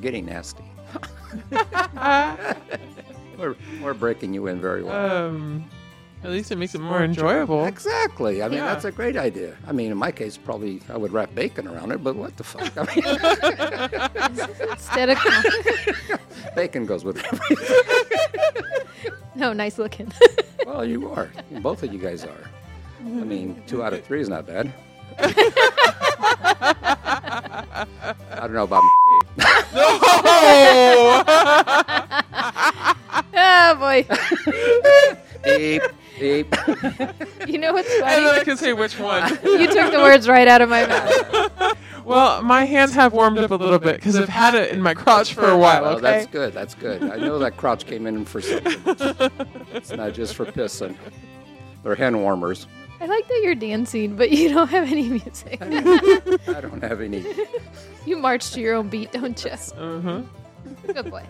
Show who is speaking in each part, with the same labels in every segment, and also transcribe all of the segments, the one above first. Speaker 1: getting nasty. we're, we're breaking you in very well.
Speaker 2: Um, at least it makes it more enjoyable.
Speaker 1: Exactly. I mean,
Speaker 2: yeah.
Speaker 1: that's a great idea. I mean, in my case, probably I would wrap bacon around it, but what the fuck? I mean,
Speaker 3: Instead of
Speaker 1: bacon goes with everything.
Speaker 3: no, nice looking.
Speaker 1: Well, you are. Both of you guys are. I mean, two out of three is not bad. I don't know about.
Speaker 3: oh boy.
Speaker 1: Beep, beep.
Speaker 3: You know what's
Speaker 2: And then I
Speaker 3: funny?
Speaker 2: can say which one.
Speaker 3: You took the words right out of my mouth.
Speaker 2: Well, my hands have warmed up a little bit because I've had it in my crotch for a while.
Speaker 1: Well, that's
Speaker 2: Okay.
Speaker 1: good. That's good. I know that crotch came in for something. It's not just for pissing. They're hand warmers.
Speaker 3: I like that you're dancing, but you don't have any music.
Speaker 1: I don't have any.
Speaker 3: You march to your own beat, don't you?
Speaker 2: Uh-huh.
Speaker 3: Good boy.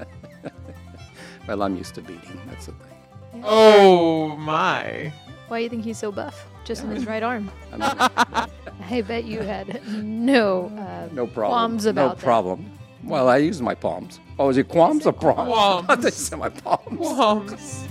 Speaker 1: Well, I'm used to beating. That's the thing.
Speaker 2: Oh my!
Speaker 3: Why do you think he's so buff? Just in his right arm.
Speaker 1: I mean,
Speaker 3: I bet you had no uh,
Speaker 1: no problem.
Speaker 3: qualms about
Speaker 1: no problem. Well, I use my palms. Oh, is it qualms or palms?
Speaker 2: Qualms.
Speaker 1: I thought you said my palms.
Speaker 2: Qualms.